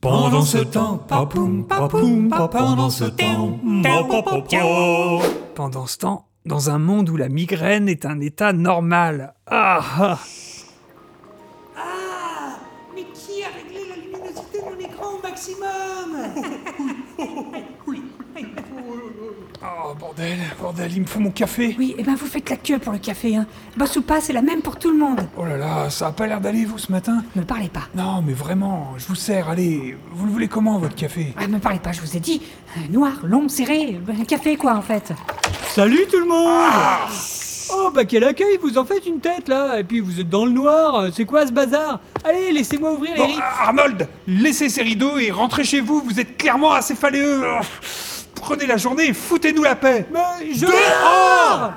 Pendant ce temps, papoum, papoum, pa- pendant ce temps, pa- pa- pa- pa- Pendant ce temps, dans un monde où la migraine est un état normal. Ah, ah. Ah Mais qui a réglé la luminosité de mon écran au maximum Oh, bordel, bordel, il me faut mon café. Oui, et ben vous faites la queue pour le café, hein. Boss ou pas, c'est la même pour tout le monde. Oh là là, ça a pas l'air d'aller, vous, ce matin Me parlez pas. Non, mais vraiment, je vous sers, allez. Vous le voulez comment, votre café Ah, me parlez pas, je vous ai dit. Euh, Noir, long, serré, euh, un café quoi en fait. Salut tout le monde Oh bah quel accueil, vous en faites une tête là Et puis vous êtes dans le noir, euh, c'est quoi ce bazar Allez, laissez-moi ouvrir les Bon, rides Arnold, laissez ces rideaux et rentrez chez vous, vous êtes clairement acéphaléeux. Prenez la journée et foutez-nous la paix. Mais je... Dehors